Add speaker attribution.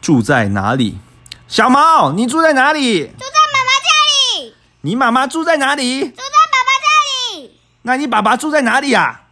Speaker 1: 住在哪里？小毛，你住在哪里？
Speaker 2: 住在妈妈家里，
Speaker 1: 你妈妈住在哪里？
Speaker 2: 住在爸爸家里，
Speaker 1: 那你爸爸住在哪里呀、啊？